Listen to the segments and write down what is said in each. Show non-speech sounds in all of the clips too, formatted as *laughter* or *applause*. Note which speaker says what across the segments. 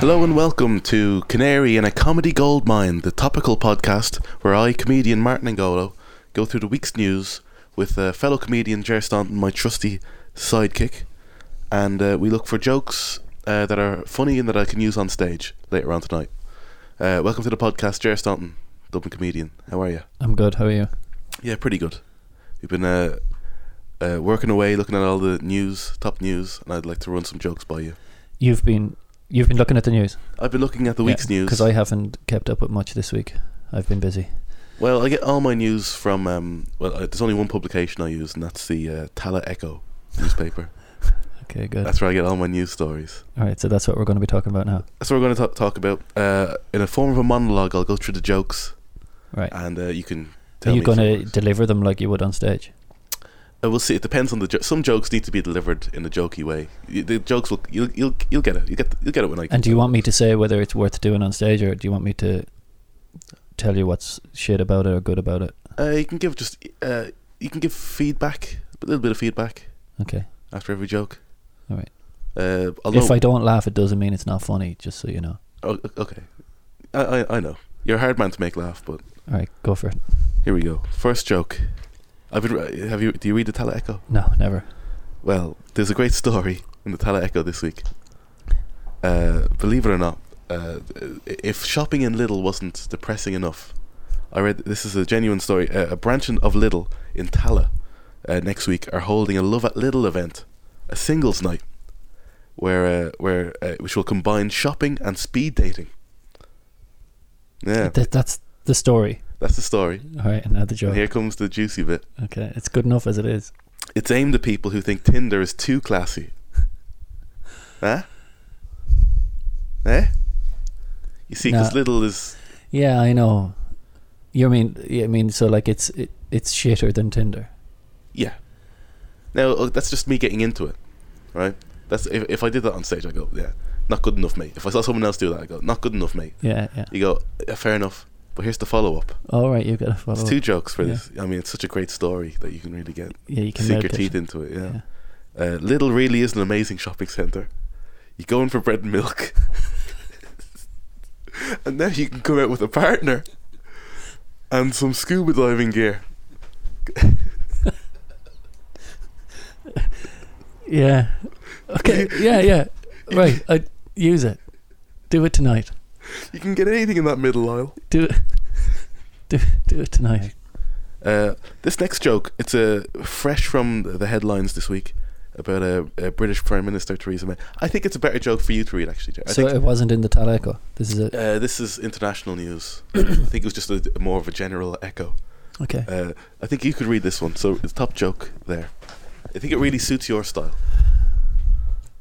Speaker 1: Hello and welcome to Canary in a Comedy Gold Mine, the topical podcast where I, comedian Martin Angolo, go through the week's news with uh, fellow comedian Jer Staunton, my trusty sidekick, and uh, we look for jokes uh, that are funny and that I can use on stage later on tonight. Uh, welcome to the podcast, Jer Staunton, Dublin comedian. How are you?
Speaker 2: I'm good. How are you?
Speaker 1: Yeah, pretty good. We've been uh, uh, working away, looking at all the news, top news, and I'd like to run some jokes by you.
Speaker 2: You've been you've been looking at the news.
Speaker 1: I've been looking at the week's news.
Speaker 2: because I haven't kept up with much this week. I've been busy.
Speaker 1: Well, I get all my news from um, well. uh, There's only one publication I use, and that's the uh, Tala Echo
Speaker 2: *laughs*
Speaker 1: newspaper.
Speaker 2: Okay, good.
Speaker 1: that's where I get all my news stories.
Speaker 2: All right, so that's what we're going to be talking about now.
Speaker 1: That's what we're going to talk, talk about uh, in a form of a monologue. I'll go through the jokes,
Speaker 2: Right?
Speaker 1: and uh, you can.
Speaker 2: Are
Speaker 1: Tell
Speaker 2: you
Speaker 1: me
Speaker 2: going to
Speaker 1: if you
Speaker 2: deliver them like you would on stage?
Speaker 1: want. Uh, we'll see. It depends on the. Jo- Some jokes need to be delivered in a jokey way. Y- The jokes will. You'll. You'll. You'll get it. You get. You'll get it when I.
Speaker 2: And do you want me to say whether it's worth doing on stage, or do you want me to tell you what's shit about it or good about it?
Speaker 1: Uh, you can give just. Uh, you can give feedback. A little bit of feedback.
Speaker 2: Okay.
Speaker 1: After every joke.
Speaker 2: All right.
Speaker 1: Uh, although,
Speaker 2: if I don't laugh, it doesn't mean it's not funny. Just so you know.
Speaker 1: Oh, okay. I, I. I know. You're a hard man to make laugh, but.
Speaker 2: All right, go for it.
Speaker 1: Here we go. First joke. I've been, re- have you? Do you read the Tala Echo?
Speaker 2: No, never.
Speaker 1: Well, there's a great story in the Tala Echo this week. Uh, believe it or not, uh, if shopping in Lidl wasn't depressing enough, I read this is a genuine story. Uh, a branch in- of Lidl in Tala uh, next week are holding a Love at Lidl event, a singles night, where uh, where uh, which will combine shopping and speed dating. Yeah,
Speaker 2: Th- that's the story.
Speaker 1: that's the story.
Speaker 2: All right, and now the
Speaker 1: And
Speaker 2: joke.
Speaker 1: here comes the juicy bit.
Speaker 2: Okay, it's good enough as it is.
Speaker 1: It's aimed at people who think Tinder is too classy. huh? Eh? You see, because
Speaker 2: No.
Speaker 1: Little is.
Speaker 2: Yeah, I know. You mean yeah, I mean so like it's it, it's shitter than Tinder.
Speaker 1: Yeah. Now, uh, that's just me getting into it, right? That's if, if I did that on stage, I go, yeah, not good enough, mate. If I saw someone else do that, I go, not good enough, mate.
Speaker 2: Yeah, yeah.
Speaker 1: You go, "Yeah, fair enough. But here's the follow up.
Speaker 2: All right, you got to follow.
Speaker 1: It's
Speaker 2: up.
Speaker 1: two jokes for
Speaker 2: Yeah.
Speaker 1: this. I mean, it's such a great story that you can really get
Speaker 2: yeah, you can
Speaker 1: sink your
Speaker 2: melt it.
Speaker 1: teeth into it. Yeah.
Speaker 2: Yeah.
Speaker 1: Uh, Little really is an amazing shopping centre. You go in for bread and milk, *laughs* and now you can come out with a partner and some scuba diving gear.
Speaker 2: Yeah.
Speaker 1: *laughs*
Speaker 2: Okay. yeah, yeah. Right. I use it. Do it tonight.
Speaker 1: You can get anything in that middle aisle.
Speaker 2: Do it. *laughs* Do do it tonight.
Speaker 1: Uh, this next joke, it's uh, fresh from the headlines this week about a, uh British Prime Minister Theresa May. I think it's a better joke for you to read, actually. Jer. I
Speaker 2: So
Speaker 1: think,
Speaker 2: it wasn't in the Taleco. This is it.
Speaker 1: uh, this is international
Speaker 2: *clears throat*
Speaker 1: news. I think it was just a, more of a general echo.
Speaker 2: Okay.
Speaker 1: Uh, I think you could read this one. So it's top joke there. I think it really suits your style.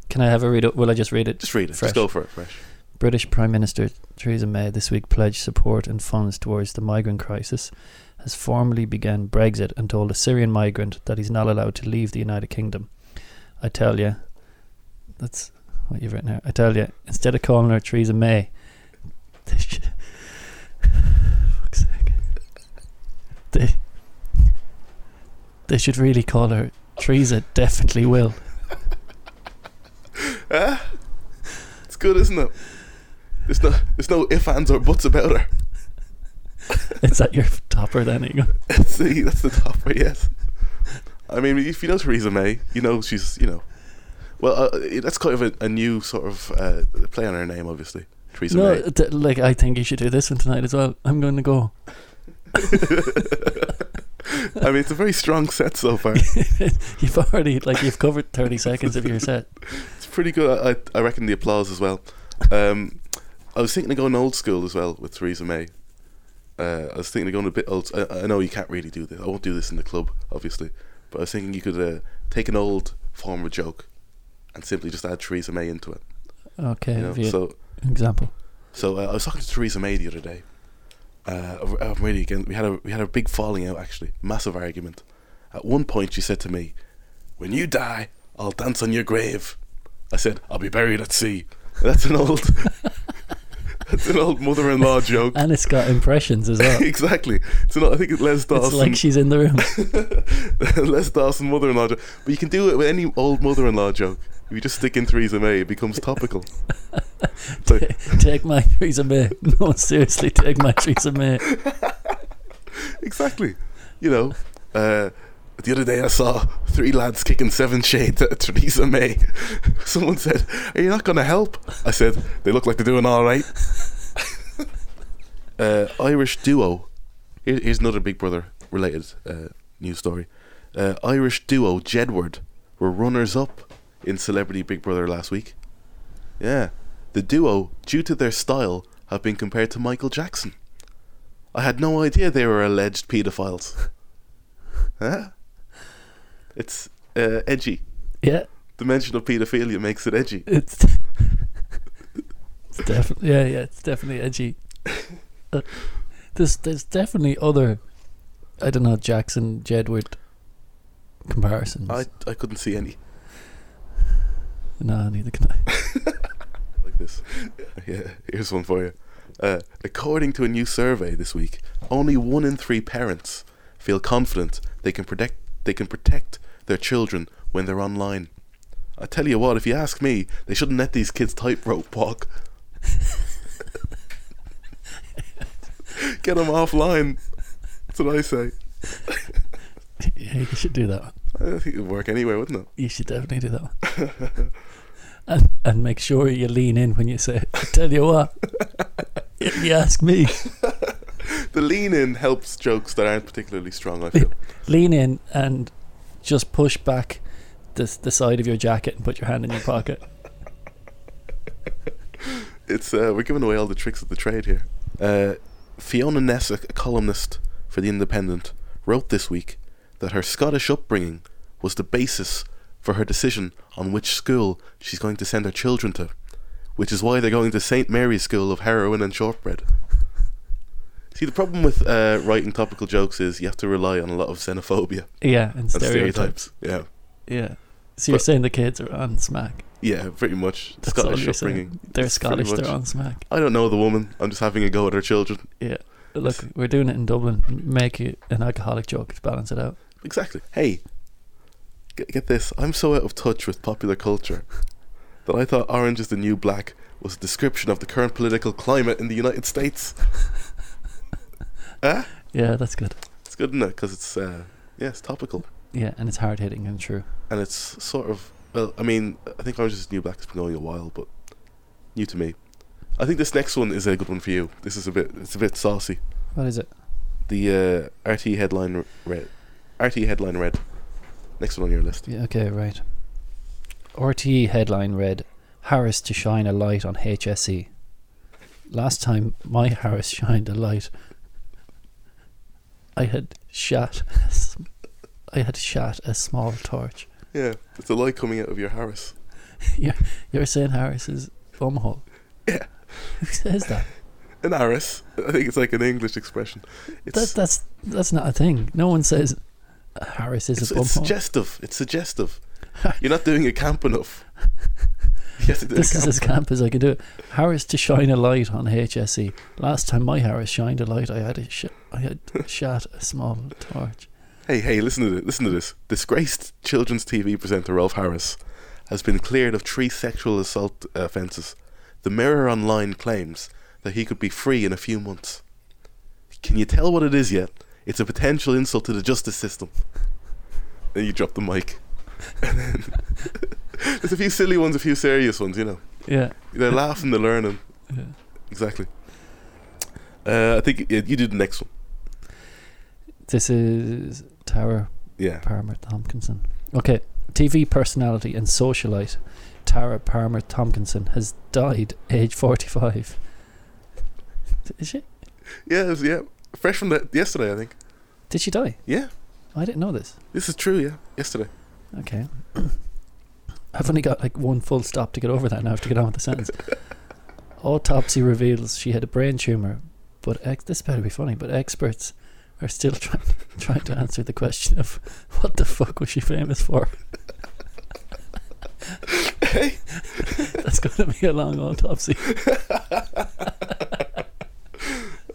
Speaker 2: Can I have a read? Will I just read it?
Speaker 1: Just read it.
Speaker 2: Fresh.
Speaker 1: Just go for it. Fresh.
Speaker 2: British Prime Minister Theresa May this week pledged support and funds towards the migrant crisis, has formally began Brexit and told a Syrian migrant that he's not allowed to leave the United Kingdom. I tell you, that's what you've written here. I tell you, instead of calling her Theresa May, they should, *laughs* fuck's sake, they, they should really call her Theresa. Definitely will.
Speaker 1: It's good, isn't it? There's no, there's no if, ands, or buts about her. *laughs*
Speaker 2: Is that your topper then? Egan?
Speaker 1: See, that's the top right, yes. I mean, if you know Theresa May, you know she's, you know. Well, uh, it- that's kind of a, a new sort of uh, play on her name, obviously. Theresa
Speaker 2: No,
Speaker 1: May.
Speaker 2: th- like I think you should do this one tonight as well. I'm going to go.
Speaker 1: *laughs*
Speaker 2: *laughs*
Speaker 1: I mean, it's a very strong set so far.
Speaker 2: You've already like you've covered
Speaker 1: *laughs*
Speaker 2: thirty seconds of your set.
Speaker 1: It's pretty good. I, I reckon the applause as well. Um, I was thinking of going old school as well with Theresa May. Uh, I was thinking of going a bit old. I, I know you can't really do this. I won't do this in the club, obviously. But I was thinking you could uh, take an old form of joke and simply just add Theresa May into it.
Speaker 2: Okay,
Speaker 1: you know?
Speaker 2: have you-
Speaker 1: So,
Speaker 2: example.
Speaker 1: so uh, I was talking to Theresa May the other day. Uh, I- I'm really again. We had a we had a big falling out actually, massive argument. At one point, she said to me, "When you die, I'll dance on your grave." I said, "I'll be buried at sea." That's an old, *laughs* that's an old mother-in-law
Speaker 2: *laughs*
Speaker 1: joke.
Speaker 2: And it's got impressions as well.
Speaker 1: *laughs* exactly. It's not. I think it's Les Dawson. *laughs*
Speaker 2: it's like she's in the room. *laughs*
Speaker 1: Les Dawson mother-in-law joke. But you can do it with any old mother-in-law joke. you just stick in Theresa May, it becomes topical. So-
Speaker 2: Ta- take my Theresa May. *laughs* No, seriously, take my Theresa May.
Speaker 1: *laughs* exactly. You know, uh, the other day I saw three lads kicking seven shades at Theresa May. *laughs* Someone said, "Are you not going to help?" I said, "They look like they're doing all right." *laughs* uh, Irish duo. Here, here's another Big Brother related uh, news story. Uh, Irish duo Jedward were runners up in Celebrity Big Brother last week. Yeah, the duo, due to their style, have been compared to Michael Jackson. I had no idea they were alleged paedophiles. *laughs* huh? It's uh, edgy.
Speaker 2: Yeah,
Speaker 1: The mention of paedophilia makes it edgy.
Speaker 2: it's, *laughs* it's definitely yeah, yeah. It's definitely edgy. Uh, there's there's definitely other, I don't know, Jackson Jedward comparisons.
Speaker 1: I, I couldn't see any
Speaker 2: no, neither can I. *laughs*
Speaker 1: like this. *laughs* Yeah, here's one for you. Uh, according to a new survey this week, only one in three parents feel confident they can protect they can protect their children when they're online. I tell you what, if you ask me, they shouldn't let these kids tightrope walk. Get them offline. That's what I say.
Speaker 2: yeah, you should do that one.
Speaker 1: I think it'd work anyway, wouldn't it?
Speaker 2: You should definitely do that one.
Speaker 1: *laughs*
Speaker 2: and, and make sure you lean in when you say it. I tell you what, if you ask me, *laughs*
Speaker 1: The lean in helps jokes that aren't particularly strong, I feel.
Speaker 2: lean in and just push back the, the side of your jacket and put your hand in your pocket.
Speaker 1: It's uh, we're giving away all the tricks of the trade here. Uh, Fiona Ness, a a columnist for the Independent, wrote this week that her Scottish upbringing was the basis for her decision on which school she's going to send her children to, which is why they're going to St Mary's School of Heroin and Shortbread. See, the problem with uh, writing topical jokes is you have to rely on a lot of xenophobia
Speaker 2: Yeah, and
Speaker 1: and
Speaker 2: stereotypes.
Speaker 1: stereotypes. Yeah,
Speaker 2: Yeah. So you're
Speaker 1: But-
Speaker 2: saying the kids are on smack?
Speaker 1: yeah, pretty much
Speaker 2: That's all
Speaker 1: Scottish
Speaker 2: you're saying.
Speaker 1: upbringing.
Speaker 2: They're
Speaker 1: It's pretty
Speaker 2: Scottish. They're
Speaker 1: much-
Speaker 2: on smack.
Speaker 1: I don't know the woman. I'm just having a go at her children.
Speaker 2: Yeah. Look, we're doing it in Dublin. Make it an alcoholic joke to balance it out.
Speaker 1: Exactly. Hey, get, get this. I'm so out of touch with popular culture that I thought Orange is the New Black was a description of the current political climate in the United States. huh?
Speaker 2: Yeah, that's good.
Speaker 1: It's good, isn't it? Because it's, uh, yeah, it's topical.
Speaker 2: Yeah, and it's hard hitting and true.
Speaker 1: And it's sort of, well, I mean, I think Orange is the New Black has been going a while, but new to me. I think this next one is a good one for you. This is a bit, it's a bit saucy.
Speaker 2: What is it?
Speaker 1: The uh, RT headline read. RT E headline read. Next one on your list.
Speaker 2: Yeah, okay, right. RTE headline read Harris to shine a light on HSE. Last time my Harris *laughs* shined a light, I had shat. a s- I had shat a small torch.
Speaker 1: Yeah, it's a light coming out of your Harris.
Speaker 2: You're saying Harris is bumhole?
Speaker 1: Yeah.
Speaker 2: Who says that?
Speaker 1: An Aris. I think it's like an English expression.
Speaker 2: that
Speaker 1: *laughs* It's,
Speaker 2: that's that's not a thing. No one says Harris is
Speaker 1: it's,
Speaker 2: a
Speaker 1: it's
Speaker 2: bumhole.
Speaker 1: suggestive. It's suggestive. You're not doing it camp enough. *laughs* You have to do
Speaker 2: *laughs* This
Speaker 1: it
Speaker 2: is
Speaker 1: camp.
Speaker 2: as camp as I can do it. Harris to shine a light on HSE. Last time my Harris shined a light, I had a sh- I had shot a small torch.
Speaker 1: hey, hey, listen to this. Listen to this. Disgraced children's TV presenter Ralph Harris has been cleared of three sexual assault offences. The Mirror Online claims that he could be free in a few months. Can you tell what it is yet? It's a potential insult to the justice system. *laughs* Then you drop the mic. *laughs* And then there's a few silly ones, a few serious ones, you know.
Speaker 2: Yeah,
Speaker 1: They're laughing, they're learning.
Speaker 2: yeah.
Speaker 1: Exactly. Uh, I think you, you do the next one.
Speaker 2: This is Tara
Speaker 1: Yeah.
Speaker 2: Palmer Tompkinson. Okay, TV personality and socialite Tara Palmer Tompkinson has died, age forty-five. Is she?
Speaker 1: Yeah, it was- yeah. Fresh from the, yesterday, I think.
Speaker 2: Did she die?
Speaker 1: Yeah,
Speaker 2: I didn't know this.
Speaker 1: this is true, yeah. Yesterday.
Speaker 2: Okay. I've only got like one full stop to get over that now. I have to get on with the sentence. Autopsy reveals she had a brain tumor, but ex- this better be funny. But experts are still *laughs* trying trying to answer the question of what the fuck was she famous for? *laughs*
Speaker 1: Hey.
Speaker 2: That's going to be a long autopsy.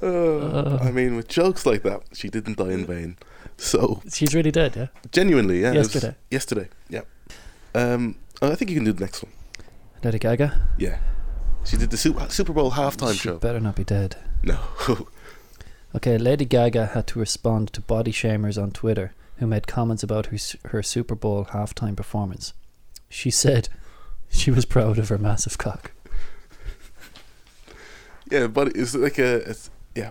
Speaker 1: Uh,
Speaker 2: Uh.
Speaker 1: I mean, with jokes like that, she didn't die in vain. So,
Speaker 2: She's really dead, yeah.
Speaker 1: genuinely, yeah. it was
Speaker 2: Yesterday.
Speaker 1: yesterday, yeah. Um, Oh, I think you can do the next one.
Speaker 2: Lady Gaga.
Speaker 1: Yeah. She did the Su- Super Bowl halftime
Speaker 2: she
Speaker 1: show.
Speaker 2: better not be dead.
Speaker 1: No. *laughs*
Speaker 2: Okay, Lady Gaga had to respond to body shamers on Twitter who made comments about her, s- her Super Bowl halftime performance. She said she was proud of her massive cock.
Speaker 1: yeah, but it's like a. It's, yeah.
Speaker 2: Yeah,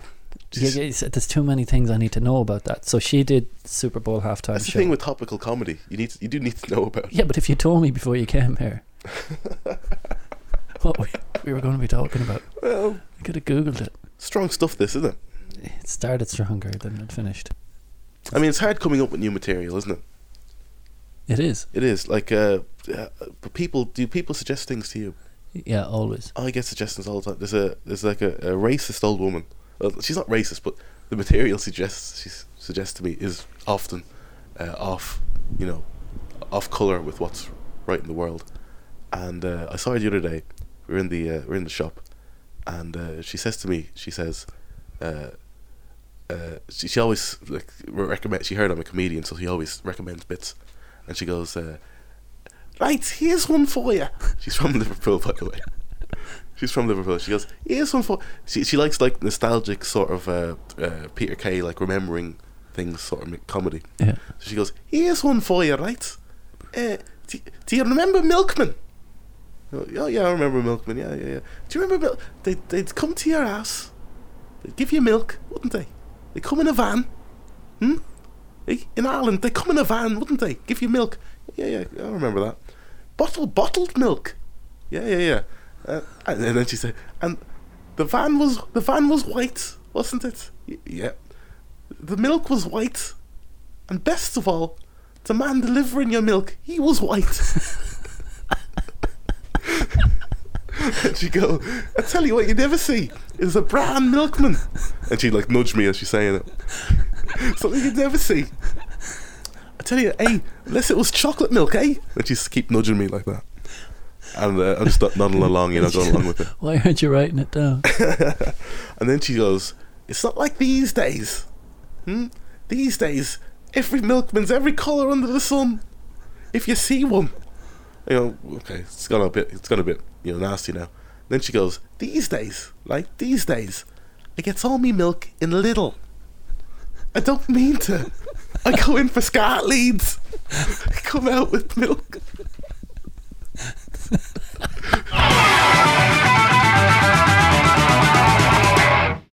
Speaker 1: She's-
Speaker 2: yeah, it's- there's too many things I need to know about that. So she did Super Bowl halftime
Speaker 1: That's the
Speaker 2: show.
Speaker 1: thing with topical comedy. You need to, you do need to know
Speaker 2: *laughs*
Speaker 1: about.
Speaker 2: yeah, but if you told me before you
Speaker 1: *laughs*
Speaker 2: came here what we, we were going to be talking about,
Speaker 1: Well,
Speaker 2: I could have googled it.
Speaker 1: strong stuff. This isn't it.
Speaker 2: It started stronger than it finished.
Speaker 1: I mean, it's hard coming up with new material, isn't it?
Speaker 2: It is.
Speaker 1: It is. Like, uh, uh, but people do people suggest things to you?
Speaker 2: Yeah, always.
Speaker 1: I get suggestions all the time. There's a there's like a, a racist old woman. Well, she's not racist, but the material suggests she s- suggests to me is often uh, off, you know, off color with what's right in the world. And uh, I saw her the other day. We were in the uh, we we're in the shop, and uh, she says to me, she says, uh, uh, she she always like re- recommend. She heard I'm a comedian, so she always recommends bits, and she goes, uh, "Right, here's one for you." She's from Liverpool, by the way. She's from Liverpool. She goes, "Here's one for." She she likes like nostalgic sort of uh, uh, Peter Kay, like remembering things, sort of mi- comedy.
Speaker 2: Yeah.
Speaker 1: So she goes, "Here's one for you, right? Uh, do, do you remember Milkman?" Oh yeah, yeah, I remember Milkman. Yeah, yeah, yeah. Do you remember Mil- they they'd come to your house, they'd give you milk, wouldn't they? They come in a van, hmm? Eh, In Ireland, they come in a van, wouldn't they? Give you milk. Yeah, yeah, I remember that. Bottle bottled milk. Yeah, yeah, yeah. Uh, and then she said, and the van was the van was white, wasn't it? Y- yeah. The milk was white, and best of all, the man delivering your milk, he was white. and she go, I tell you what, you never see is a brown milkman. And she like nudged me as she's saying it. *laughs* Something you'd never see. I tell you, hey, unless it was chocolate milk, eh? And she just keep nudging me like that. And uh, I'm just nodding along, you know, going along with it.
Speaker 2: Why aren't you writing it down?
Speaker 1: *laughs* And then she goes, It's not like these days. Hmm? These days, every milkman's every colour under the sun. If you see one. You know, okay, it's gone a bit, it's gone a bit, you know, nasty now. Then she goes, These days, like these days, I get all me milk in Lidl. I don't *laughs* mean to. I go in for scat leads. I come out with milk.